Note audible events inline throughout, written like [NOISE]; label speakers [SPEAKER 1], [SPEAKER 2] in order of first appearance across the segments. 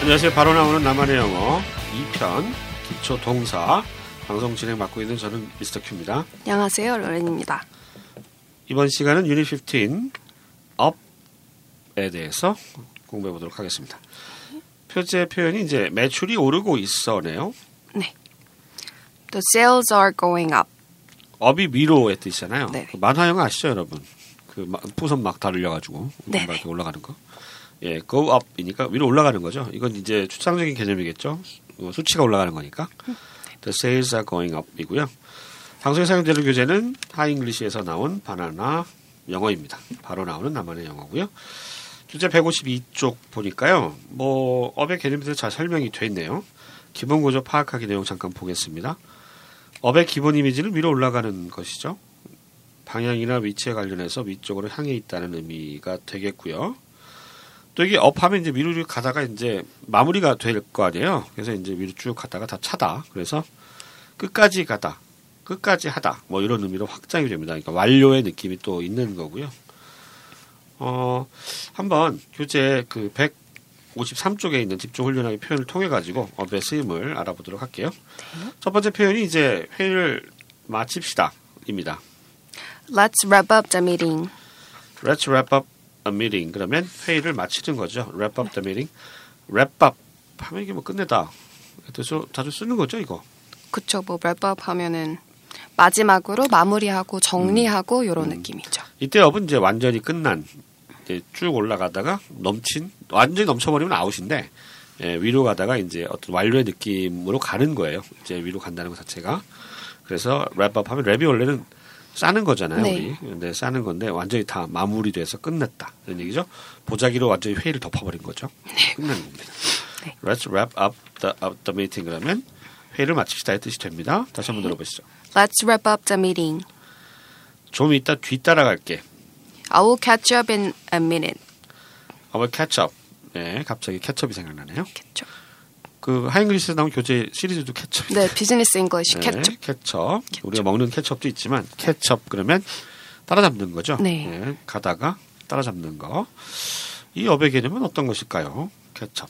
[SPEAKER 1] 안녕하세요. 바로 나오는 나만의 영어 2편 기초 동사 방송 진행 맡고 있는 저는 미스터 큐입니다.
[SPEAKER 2] 안녕하세요, 로렌입니다.
[SPEAKER 1] 이번 시간은 유닛 15 업에 대해서 공부해 보도록 하겠습니다. 표제 표현이 이제 매출이 오르고 있어네요.
[SPEAKER 2] The sales are going up.
[SPEAKER 1] 업이 위로의 뜻이잖아요.
[SPEAKER 2] 네네.
[SPEAKER 1] 그 만화 영화 아시죠, 여러분? 그 마- 풍선 막 달려 가지고
[SPEAKER 2] 네네.
[SPEAKER 1] 이렇게 올라가는 거. 예, go up이니까 위로 올라가는 거죠. 이건 이제 추상적인 개념이겠죠. 어, 수치가 올라가는 거니까. The sales are going up이고요. 방송에 사용되는 교재는 하잉글리시에서 나온 바나나 영어입니다. 바로 나오는 나만의 영어고요. 주제 152쪽 보니까요. 뭐 업의 개념에 대해서 잘 설명이 돼 있네요. 기본 구조 파악하기 내용 잠깐 보겠습니다. 업의 기본 이미지는 위로 올라가는 것이죠. 방향이나 위치에 관련해서 위쪽으로 향해 있다는 의미가 되겠고요. 또 이게 업하면 이제 위로 쭉 가다가 이제 마무리가 될 거 아니에요. 그래서 이제 위로 쭉 가다가 다 차다. 그래서 끝까지 가다, 끝까지 하다. 뭐 이런 의미로 확장이 됩니다. 그러니까 완료의 느낌이 또 있는 거고요. 어, 한번 교재 그 153쪽에 있는 집중 훈련하기 표현을 통해 가지고 업의 쓰임을 알아보도록 할게요. 첫 번째 표현이 이제 회의를 마칩시다입니다.
[SPEAKER 2] Let's wrap up the meeting.
[SPEAKER 1] Let's wrap up a meeting. 그러면 회의를 마치는 거죠. Wrap up the meeting. Wrap up 하면 이게 뭐 끝내다. 그래서 자주 쓰는 거죠 이거.
[SPEAKER 2] 그쵸, 뭐 wrap up 하면은 마지막으로 마무리하고 정리하고
[SPEAKER 1] 음.
[SPEAKER 2] 이런 느낌이죠.
[SPEAKER 1] 이때 업은 이제 완전히 끝난 이제 쭉 올라가다가 넘친 완전히 넘쳐버리면 아웃인데 예, 위로 가다가 이제 어떤 완료의 느낌으로 가는 거예요. 이제 위로 간다는 것 자체가 그래서 랩업 하면 랩이 원래는 싸는 거잖아요.
[SPEAKER 2] 네.
[SPEAKER 1] 우리 근데 싸는 건데 완전히 다 마무리돼서 끝났다 이런 얘기죠. 보자기로 완전히 회의를 덮어버린 거죠. 끝난 겁니다.
[SPEAKER 2] 네.
[SPEAKER 1] Let's wrap up the, up the meeting 그러면 회의를 마칩시다의 뜻이 됩니다. 다시
[SPEAKER 2] 네.
[SPEAKER 1] 한번 들어보시죠.
[SPEAKER 2] Let's wrap up the meeting.
[SPEAKER 1] 좀 이따 뒤따라갈게.
[SPEAKER 2] I will catch up in a minute.
[SPEAKER 1] 아마 캐첩. 네, 갑자기 캐첩이 생각나네요.
[SPEAKER 2] 캐첩.
[SPEAKER 1] 그 하잉글리시에서 나온 교재 시리즈도 캐첩.
[SPEAKER 2] 네, 비즈니스 잉글리시
[SPEAKER 1] 네,
[SPEAKER 2] 캐첩.
[SPEAKER 1] 캐첩. 우리가 먹는 캐첩도 있지만 캐첩 그러면 따라잡는 거죠.
[SPEAKER 2] 네.
[SPEAKER 1] 가다가 따라잡는 거. 이 업의 개념은 어떤 것일까요? 캐첩.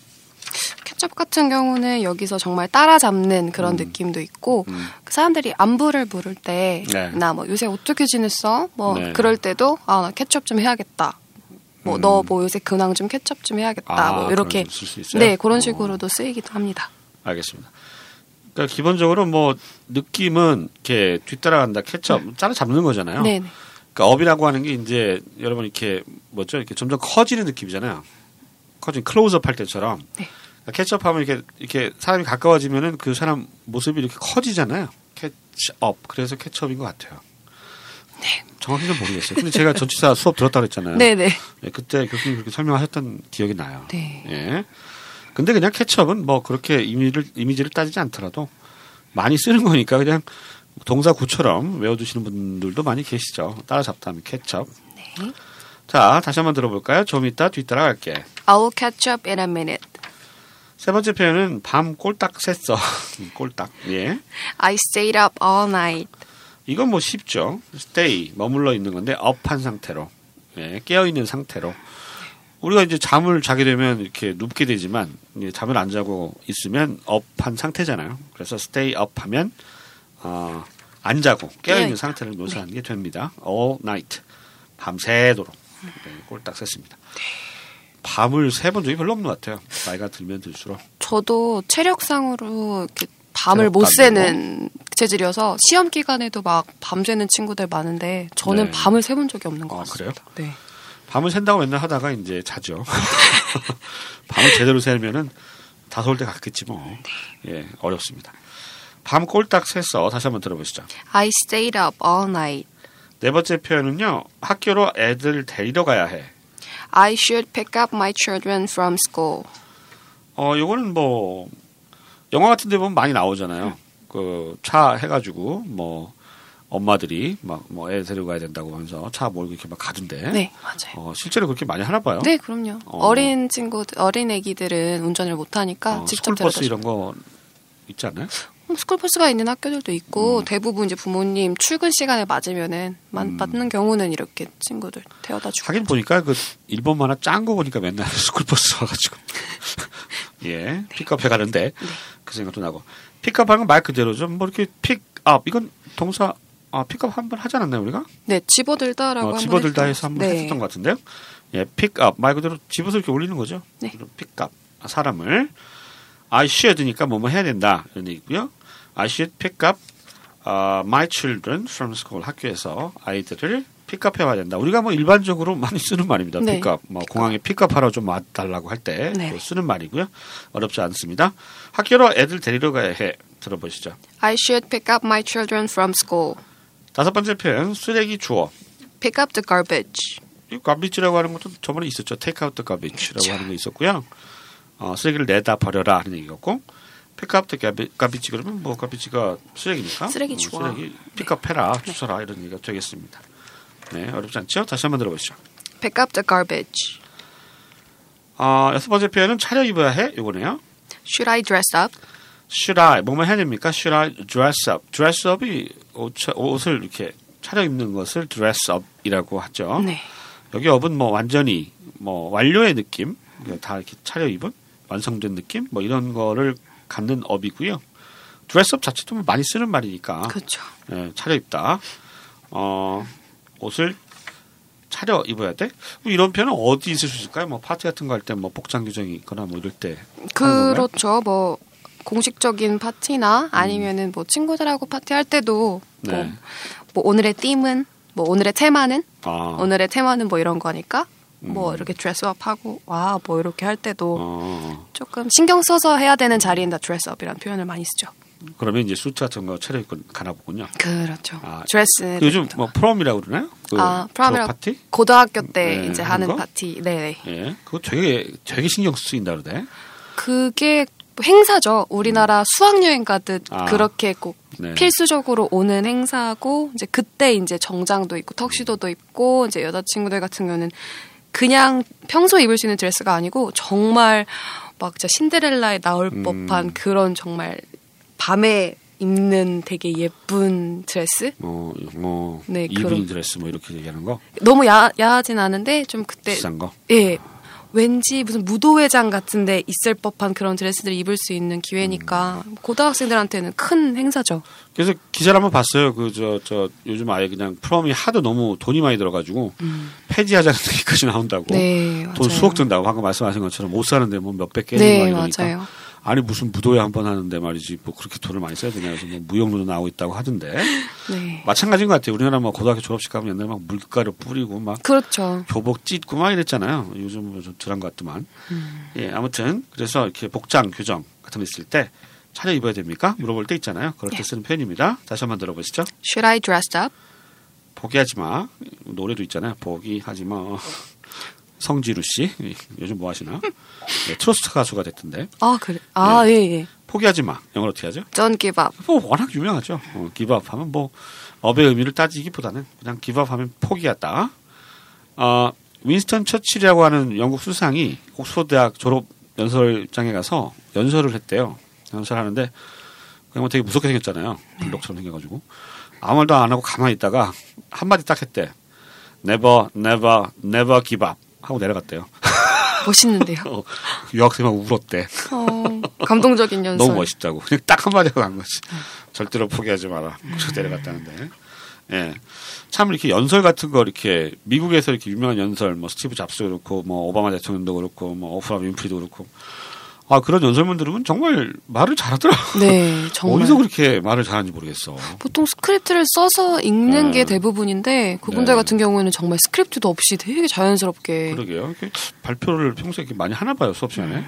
[SPEAKER 2] 캐첩 같은 경우는 여기서 정말 따라잡는 그런
[SPEAKER 1] 음.
[SPEAKER 2] 느낌도 있고 그 사람들이 안부를 물을 때나
[SPEAKER 1] 네.
[SPEAKER 2] 뭐 요새 어떻게 지냈어? 뭐
[SPEAKER 1] 네. 음.
[SPEAKER 2] 그럴 때도 아 나 캐첩 좀 해야겠다. 뭐 너 뭐 요새 근황 좀 캐첩 좀 해야겠다.
[SPEAKER 1] 아,
[SPEAKER 2] 뭐 이렇게
[SPEAKER 1] 그런 쓸수 있어요?
[SPEAKER 2] 네 그런
[SPEAKER 1] 어.
[SPEAKER 2] 식으로도 쓰이기도 합니다.
[SPEAKER 1] 알겠습니다. 그러니까 기본적으로 뭐 느낌은 이렇게 뒤따라간다 캐첩 따라잡는 거잖아요.
[SPEAKER 2] 네, 네.
[SPEAKER 1] 그러니까 업이라고 하는 게 이제 여러분 이렇게 뭐죠 이렇게 점점 커지는 느낌이잖아요. 커진 클로즈업 할 때처럼 그러니까
[SPEAKER 2] 네.
[SPEAKER 1] 캐치업하면 이렇게 이렇게 사람이 가까워지면은 그 사람 모습이 이렇게 커지잖아요. 캐치업 그래서 캐치업인 것 같아요. 정확히 는 모르겠어요. 근데 제가 전치사 수업 들었다 그랬잖아요.
[SPEAKER 2] 네, 네.
[SPEAKER 1] 예, 그때 교수님 그렇게 설명하셨던 기억이 나요.
[SPEAKER 2] 네.
[SPEAKER 1] 예. 근데 그냥 캐치업은 뭐 그렇게 이미지를, 이미지를 따지지 않더라도 많이 쓰는 거니까 그냥 동사 구처럼 외워두시는 분들도 많이 계시죠. 따라잡다면 캐치업.
[SPEAKER 2] 네.
[SPEAKER 1] 자, 다시 한번 들어볼까요? 좀 이따 뒤따라 갈게.
[SPEAKER 2] I will catch up in a minute.
[SPEAKER 1] 세 번째 표현은 밤 꼴딱 샜어. [LAUGHS] 꼴딱. 예.
[SPEAKER 2] I stayed up all night.
[SPEAKER 1] 이건 뭐 쉽죠. stay 머물러 있는 건데 업한 상태로 예, 깨어 있는 상태로 우리가 이제 잠을 자게 되면 이렇게 눕게 되지만 이제 잠을 안 자고 있으면 업한 상태잖아요. 그래서 stay up 하면 어, 안 자고 깨어 있는
[SPEAKER 2] 깨어있다.
[SPEAKER 1] 상태를 묘사하는 게 됩니다. all night 밤새도록 네, 꼴딱 샜습니다. 밤을 새 본 적이 별로 없는 것 같아요. 나이가 들면 들수록
[SPEAKER 2] 저도 체력상으로 이렇게 밤을
[SPEAKER 1] 체력도
[SPEAKER 2] 못
[SPEAKER 1] 안
[SPEAKER 2] 새는 체질이어서 시험 기간에도 막 밤새는 친구들 많은데 저는
[SPEAKER 1] 네.
[SPEAKER 2] 밤을 새본 적이 없는 것
[SPEAKER 1] 아,
[SPEAKER 2] 같습니다. 네.
[SPEAKER 1] 밤을 샌다고 맨날 하다가 이제 자죠. [LAUGHS] 밤을 제대로 새면은 다솔 때 갔겠지 뭐.
[SPEAKER 2] 네.
[SPEAKER 1] 예, 어렵습니다. 밤 꼴딱 샜어. 다시 한번 들어보시죠.
[SPEAKER 2] I stayed up all night.
[SPEAKER 1] 네 번째 표현은요. 학교로 애들 데리러 가야 해.
[SPEAKER 2] I should pick up my children from school.
[SPEAKER 1] 어, 요거는 뭐 영화 같은 데 보면 많이
[SPEAKER 2] 음.
[SPEAKER 1] 나오잖아요. 그 차 해 가지고 뭐 엄마들이 막 뭐 애 데리고 가야 된다고 하면서 차 몰고 이렇게 막 가던데.
[SPEAKER 2] 네, 맞아요.
[SPEAKER 1] 어, 실제로 그렇게 많이 하나 봐요.
[SPEAKER 2] 네, 그럼요.
[SPEAKER 1] 어.
[SPEAKER 2] 어. 린 친구, 어린 애기들은 운전을 못하니까
[SPEAKER 1] 어,
[SPEAKER 2] 아, 직접 데려다
[SPEAKER 1] 스쿨버스 이런 거 있지 않나요?
[SPEAKER 2] 음, 스쿨버스가 있는 학교들도 있고
[SPEAKER 1] 음.
[SPEAKER 2] 대부분 이제 부모님 출근 시간에 맞으면은 만- 맞는 경우는 이렇게 친구들 데려다
[SPEAKER 1] [LAUGHS]
[SPEAKER 2] 주고
[SPEAKER 1] 하긴 보니까 그 일본 만화 짠 거 보니까 맨날 스쿨버스 와가지고 예, 픽업해 가는데 그 생각도 나고 픽업하는 건 말 그대로 좀 뭐 이렇게 픽업 이건 동사 아 픽업 한 번 하지 않았나요 우리가?
[SPEAKER 2] 네, 집어들다라고
[SPEAKER 1] 어,
[SPEAKER 2] 한번
[SPEAKER 1] 집어들다
[SPEAKER 2] 했던
[SPEAKER 1] 해서 한 번
[SPEAKER 2] 네.
[SPEAKER 1] 했었던 것 같은데요. 예, 픽업 말 그대로 집어서 이렇게 올리는 거죠.
[SPEAKER 2] 네.
[SPEAKER 1] 픽업 아, 사람을 I should니까 뭐뭐 해야 된다 이런 얘기고요. I should pick up 아, my children from school 학교에서 아이들을 픽업해 와야 된다. 우리가 뭐 일반적으로 많이 쓰는 말입니다.
[SPEAKER 2] 네.
[SPEAKER 1] 픽업 뭐 공항에 픽업하러 좀 와달라고 할 때
[SPEAKER 2] 네.
[SPEAKER 1] 쓰는 말이고요. 어렵지 않습니다. 학교로 애들 데리러 가야 해 들어보시죠.
[SPEAKER 2] I should pick up my children from school.
[SPEAKER 1] 다섯 번째 표현 쓰레기 주워
[SPEAKER 2] Pick up the garbage.
[SPEAKER 1] 이 가비치라고 하는 것도 저번에 있었죠. 테이크아웃 가비치라고 하는 거 있었고요. 어, 쓰레기를 내다 버려라 하는 얘기였고 픽업 가비, 가비치 그러면 뭐 가비치가 쓰레기니까
[SPEAKER 2] 쓰레기
[SPEAKER 1] 어,
[SPEAKER 2] 주워. 네.
[SPEAKER 1] 쓰레기 픽업해라 주워라 이런 얘기가 되겠습니다. 네 어렵지 않죠? 다시 한번 들어보시죠.
[SPEAKER 2] Pick up the garbage.
[SPEAKER 1] 아 여섯 번째 표현은 차려 입어야 해 이거네요.
[SPEAKER 2] Should I dress up?
[SPEAKER 1] Should I 뭐만 해야 됩니까? Should I dress up? Dress up이 옷, 옷을 이렇게 차려 입는 것을 dress up이라고 하죠.
[SPEAKER 2] 네.
[SPEAKER 1] 여기 업은 뭐 완전히 뭐 완료의 느낌 그러니까 다 이렇게 차려 입은 완성된 느낌 뭐 이런 거를 갖는 업이고요. 드레스업 자체도 뭐 많이 쓰는 말이니까
[SPEAKER 2] 그렇죠.
[SPEAKER 1] 예, 차려 입다. 어, 옷을 차려 입어야 돼. 뭐 이런 표현은 어디 있을 수 있을까요? 뭐 파티 같은 거 할 때 뭐 복장 규정이 있거나 뭐 이럴 때 건가요?
[SPEAKER 2] 그렇죠. 뭐 공식적인 파티나 아니면은 뭐 친구들하고 파티할 때도 뭐,
[SPEAKER 1] 음. 네.
[SPEAKER 2] 뭐 오늘의 띠은 뭐 오늘의 테마는
[SPEAKER 1] 아,
[SPEAKER 2] 오늘의 테마는 뭐 이런 거니까 뭐 이렇게 드레스업하고 와 뭐 이렇게 할 때도
[SPEAKER 1] 음. 어,
[SPEAKER 2] 조금 신경 써서 해야 되는 자리인데 드레스업이라는 표현을 많이 쓰죠.
[SPEAKER 1] 그러면 이제 수트 같은 거 차려 입고 가나 보군요.
[SPEAKER 2] 그렇죠.
[SPEAKER 1] 아,
[SPEAKER 2] 드레스
[SPEAKER 1] 그 요즘 뭐 프롬이라고 그러나요? 그
[SPEAKER 2] 그렇죠. 아, 프롬이라고-
[SPEAKER 1] 파티?
[SPEAKER 2] 고등학교 때
[SPEAKER 1] 네,
[SPEAKER 2] 이제
[SPEAKER 1] 하는
[SPEAKER 2] 하는
[SPEAKER 1] 거?
[SPEAKER 2] 파티. 네.
[SPEAKER 1] 예, 그거 되게 되게 신경 쓰인다 그러네.
[SPEAKER 2] 그게 행사죠. 우리나라 수학여행 가듯
[SPEAKER 1] 음. 아.
[SPEAKER 2] 그렇게 꼭
[SPEAKER 1] 네.
[SPEAKER 2] 필수적으로 오는 행사고 이제 그때 이제 정장도 입고 턱시도도 입고 이제 여자친구들 같은 경우는 그냥 평소 입을 수 있는 드레스가 아니고 정말 막 진짜 신데렐라에 나올
[SPEAKER 1] 음.
[SPEAKER 2] 법한 그런 정말 밤에 입는 되게 예쁜 드레스
[SPEAKER 1] 뭐, 뭐
[SPEAKER 2] 네,
[SPEAKER 1] 이브닝
[SPEAKER 2] 그런-
[SPEAKER 1] 드레스 뭐 이렇게 얘기하는 거
[SPEAKER 2] 너무 야, 야하진 않은데 좀 그때
[SPEAKER 1] 비싼 거.
[SPEAKER 2] 예. 왠지 무슨 무도회장 같은데 있을 법한 그런 드레스들 입을 수 있는 기회니까
[SPEAKER 1] 음.
[SPEAKER 2] 고등학생들한테는 큰 행사죠.
[SPEAKER 1] 그래서 기사를 한번 봤어요. 그 저 저 요즘 아예 그냥 프롬이 하도 너무 돈이 많이 들어가지고 폐지하자는 [LAUGHS] 얘기까지 나온다고.
[SPEAKER 2] 음. 네, 맞아요.
[SPEAKER 1] 돈 수억 든다고 방금 말씀하신 것처럼 못 사는데 뭐 몇백 개
[SPEAKER 2] 네,
[SPEAKER 1] 이러니까
[SPEAKER 2] 맞아요.
[SPEAKER 1] 아니 무슨 무도회 한 번 하는데 말이지 뭐 그렇게 돈을 많이 써야 되냐 그래서 뭐 무역로도 나오고 있다고 하던데
[SPEAKER 2] 네.
[SPEAKER 1] 마찬가지인 것 같아요. 우리나라 뭐 고등학교 졸업식 가면 옛날에 막 물가루 뿌리고 막
[SPEAKER 2] 그렇죠.
[SPEAKER 1] 교복 찢고 막 이랬잖아요. 요즘 뭐 좀 덜한 것 같지만. 예, 아무튼 그래서 이렇게 복장 규정 같은 거 있을 때 차려 입어야 됩니까? 물어볼 때 있잖아요. 그렇게 쓰는 표현입니다. 다시 한번 들어보시죠.
[SPEAKER 2] Should I dress up?
[SPEAKER 1] 포기하지 마. 노래도 있잖아요. 포기하지 마. 성지루 씨 요즘 뭐 하시나? 예, 트로스트 가수가 됐던데
[SPEAKER 2] 아, 그래.
[SPEAKER 1] 네.
[SPEAKER 2] 아, 예, 예.
[SPEAKER 1] 포기하지 마. 영어로 어떻게 하죠?
[SPEAKER 2] Don't give up.
[SPEAKER 1] 뭐 워낙 유명하죠. 어, 기밥하면 뭐 업의 의미를 따지기보다는 그냥 기밥하면 포기하다. 어, 윈스턴 처칠이라고 하는 영국 수상이 옥스퍼드 대학 졸업 연설장에 가서 연설을 했대요. 연설하는데 그냥 뭐 되게 무섭게 생겼잖아요. 블록처럼 생겨가지고 아무 말도 안 하고 가만히 있다가 한 마디 딱 했대. Never, never, never give up 하고 내려갔대요. [LAUGHS]
[SPEAKER 2] 멋있는데요.
[SPEAKER 1] 어, 유학생이 막 울었대.
[SPEAKER 2] 어, 감동적인 연설.
[SPEAKER 1] 너무 멋있다고 그냥 딱 한마디 하고 간 거지 절대로 포기하지 마라 그래서 내려갔다는데 예. 참 이렇게 연설 같은 거 이렇게 미국에서 이렇게 유명한 연설 뭐 스티브 잡스도 그렇고 뭐 오바마 대통령도 그렇고 뭐 오프라 윈프리도 그렇고 아 그런 연설문 들으면 정말 말을 잘하더라
[SPEAKER 2] 네, 정말.
[SPEAKER 1] [LAUGHS] 어디서 그렇게 말을 잘하는지 모르겠어
[SPEAKER 2] 보통 스크립트를 써서 읽는
[SPEAKER 1] 네.
[SPEAKER 2] 게 대부분인데 그분들
[SPEAKER 1] 네. 그렇죠.
[SPEAKER 2] 같은 경우에는 정말 스크립트도 없이 되게 자연스럽게
[SPEAKER 1] 그러게요 이렇게 발표를 평소에 이렇게 많이 하나 봐요 수업 시간에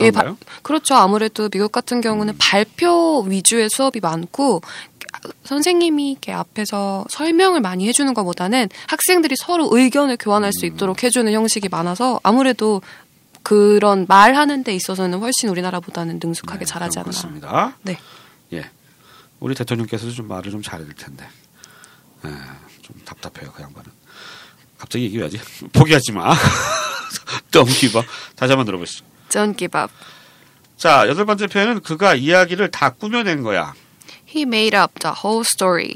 [SPEAKER 2] 예,
[SPEAKER 1] 그런가요? 음.
[SPEAKER 2] 바- 그렇죠. 아무래도 미국 같은 경우는 발표 위주의 수업이 많고 선생님이 이렇게 앞에서 설명을 많이 해주는 것보다는 학생들이 서로 의견을 교환할 수
[SPEAKER 1] 음.
[SPEAKER 2] 있도록 해주는 형식이 많아서 아무래도 그런 말하는 데 있어서는 훨씬 우리나라보다는 능숙하게 예, 잘하지 않나.
[SPEAKER 1] 네, 그렇습니다.
[SPEAKER 2] 네.
[SPEAKER 1] 예. 우리 대통령께서도 좀 말을 좀 잘해야 될 텐데. 예, 좀 답답해요, 그 양반은. 갑자기 얘기 왜 하지? [LAUGHS] 포기하지 마. 넘기봐. 다시 한번 들어보시죠.
[SPEAKER 2] Don't give up.
[SPEAKER 1] 자, 여덟 번째 표현은 그가 이야기를 다 꾸며낸 거야.
[SPEAKER 2] He made up the whole
[SPEAKER 1] [LAUGHS]
[SPEAKER 2] story.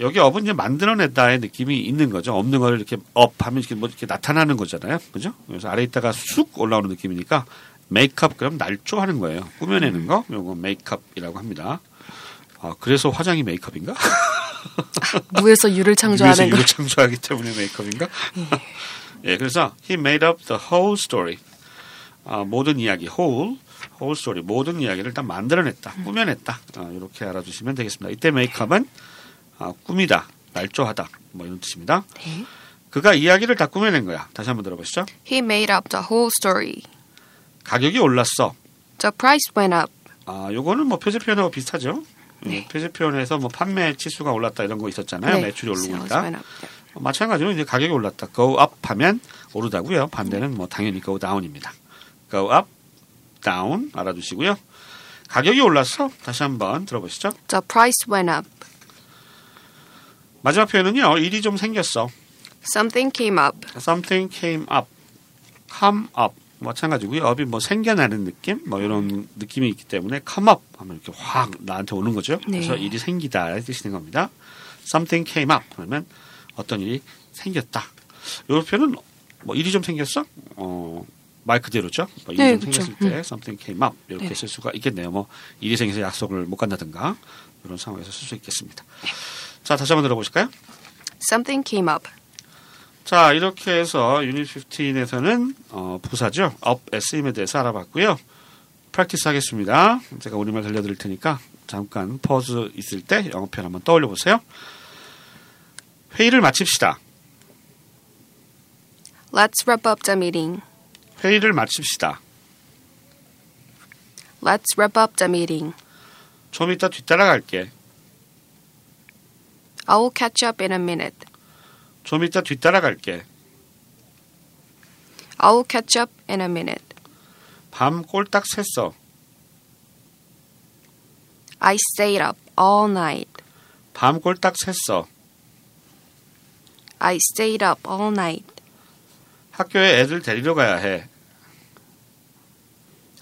[SPEAKER 1] 여기 업은 이제 만들어냈다의 느낌이 있는 거죠. 없는 거를 이렇게 업하면 이렇게 뭐 이렇게 나타나는 거잖아요. 그죠? 그래서 아래 있다가 쑥 올라오는 느낌이니까 메이크업 그럼 날조하는 거예요. 꾸며내는 거. 요거 메이크업이라고 합니다. 아, 그래서 화장이 메이크업인가?
[SPEAKER 2] 무에서 유를
[SPEAKER 1] 유에서
[SPEAKER 2] 창조하는 거.
[SPEAKER 1] 유를 창조하기 때문에
[SPEAKER 2] [LAUGHS]
[SPEAKER 1] 메이크업인가? 예, 그래서 he made up the whole story. 아, 모든 이야기, whole, whole story, 모든 이야기를 다 만들어냈다,
[SPEAKER 2] 음.
[SPEAKER 1] 꾸며냈다. 아, 이렇게 알아주시면 되겠습니다. 이때 메이크업은 아, 꾸미다, 날조하다, 뭐 이런 뜻입니다.
[SPEAKER 2] 네.
[SPEAKER 1] 그가 이야기를 다 꾸며낸 거야. 다시 한번 들어보시죠.
[SPEAKER 2] He made up the whole story.
[SPEAKER 1] 가격이 올랐어.
[SPEAKER 2] The price went up.
[SPEAKER 1] 아, 요거는 뭐 표제 표현하고 비슷하죠. 예,
[SPEAKER 2] 네.
[SPEAKER 1] 표제 표현에서 뭐 판매 치수가 올랐다 이런 거 있었잖아요. 네, 매출이 오르고
[SPEAKER 2] Sales
[SPEAKER 1] 있다.
[SPEAKER 2] went up. 네.
[SPEAKER 1] 마찬가지로 이제 가격이 올랐다. go up 하면 오르다고요. 반대는 뭐 당연히 go down입니다. go up, down 알아두시고요. 가격이 올랐어. 다시 한번 들어보시죠.
[SPEAKER 2] The price went up.
[SPEAKER 1] 마지막 표현은요. 일이 좀 생겼어.
[SPEAKER 2] Something came up.
[SPEAKER 1] something came up, come up 마찬가지고요. up이 뭐 생겨나는 느낌, 뭐
[SPEAKER 2] 음.
[SPEAKER 1] 이런 느낌이 있기 때문에 come up 하면 이렇게 확 나한테 오는 거죠. 그래서
[SPEAKER 2] 네.
[SPEAKER 1] 일이 생기다 라는 뜻이 되는 겁니다. something came up 그러면 어떤 일이 생겼다. 요 표현은 뭐 일이 좀 생겼어? 어, 말 그대로죠. 뭐 일이
[SPEAKER 2] 네,
[SPEAKER 1] 좀
[SPEAKER 2] 그쵸.
[SPEAKER 1] 생겼을 때 something came up 이렇게
[SPEAKER 2] 네네.
[SPEAKER 1] 쓸 수가 있겠네요. 뭐 일이 생겨서 약속을 못 간다든가 이런 상황에서 쓸 수 있겠습니다.
[SPEAKER 2] 네.
[SPEAKER 1] 자, 다시 한번 들어보실까요?
[SPEAKER 2] Something came up.
[SPEAKER 1] 자 이렇게 해서 유닛 15에서는 어, 부사죠 up, SM에 대해서 알아봤고요 프랙티스 하겠습니다 제가 우리말 들려드릴 테니까 잠깐 퍼즈 있을 때 영어 표현 한번 떠올려 보세요 회의를 마칩시다
[SPEAKER 2] Let's wrap up the meeting.
[SPEAKER 1] 회의를 마칩시다
[SPEAKER 2] Let's wrap up the meeting.
[SPEAKER 1] 좀 이따 뒤따라 갈게
[SPEAKER 2] I will catch up in a minute.
[SPEAKER 1] 좀 이따 뒤따라 갈게
[SPEAKER 2] I will catch up in a minute.
[SPEAKER 1] 밤 꼴딱 샜어
[SPEAKER 2] I stayed up all night.
[SPEAKER 1] 밤 꼴딱 샜어
[SPEAKER 2] I stayed up all night.
[SPEAKER 1] 학교에 애들 데리러 가야 해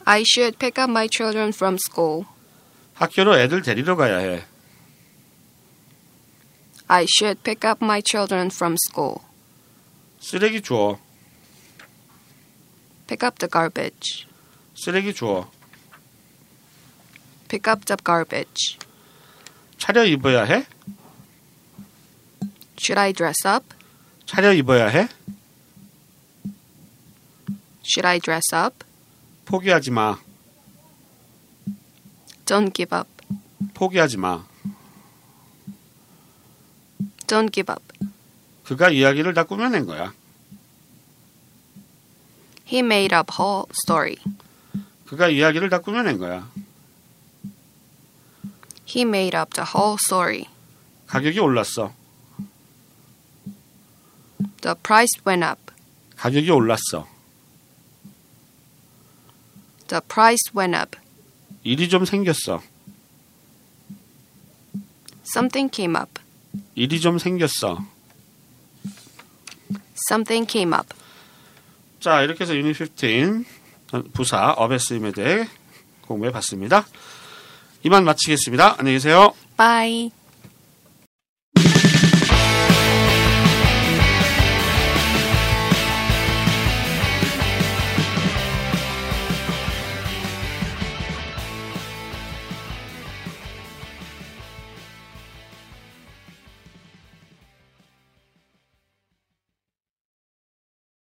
[SPEAKER 2] I should pick up my children from school.
[SPEAKER 1] 학교로 애들 데리러 가야 해
[SPEAKER 2] I should pick up my children from school.
[SPEAKER 1] 쓰레기 주워
[SPEAKER 2] Pick up the garbage.
[SPEAKER 1] 쓰레기 주워
[SPEAKER 2] Pick up the garbage.
[SPEAKER 1] 차려 입어야 해
[SPEAKER 2] Should I dress up?
[SPEAKER 1] 차려 입어야 해
[SPEAKER 2] Should I dress up?
[SPEAKER 1] 포기하지 마
[SPEAKER 2] Don't give up.
[SPEAKER 1] 포기하지 마.
[SPEAKER 2] Don't give up.
[SPEAKER 1] 그가 이야기를 다 꾸며낸 거야.
[SPEAKER 2] He made up whole story.
[SPEAKER 1] 그가 이야기를 다 꾸며낸 거야.
[SPEAKER 2] He made up the whole story.
[SPEAKER 1] 가격이 올랐어.
[SPEAKER 2] The price went up.
[SPEAKER 1] 가격이 올랐어.
[SPEAKER 2] The price went up.
[SPEAKER 1] 일이 좀 생겼어.
[SPEAKER 2] Something came up.
[SPEAKER 1] 일이 좀 생겼어.
[SPEAKER 2] Something came up.
[SPEAKER 1] 자, 이렇게 해서 유닛 15 부사 어베스임에 대해 공부해 봤습니다. 이만 마치겠습니다. 안녕히 계세요.
[SPEAKER 2] Bye.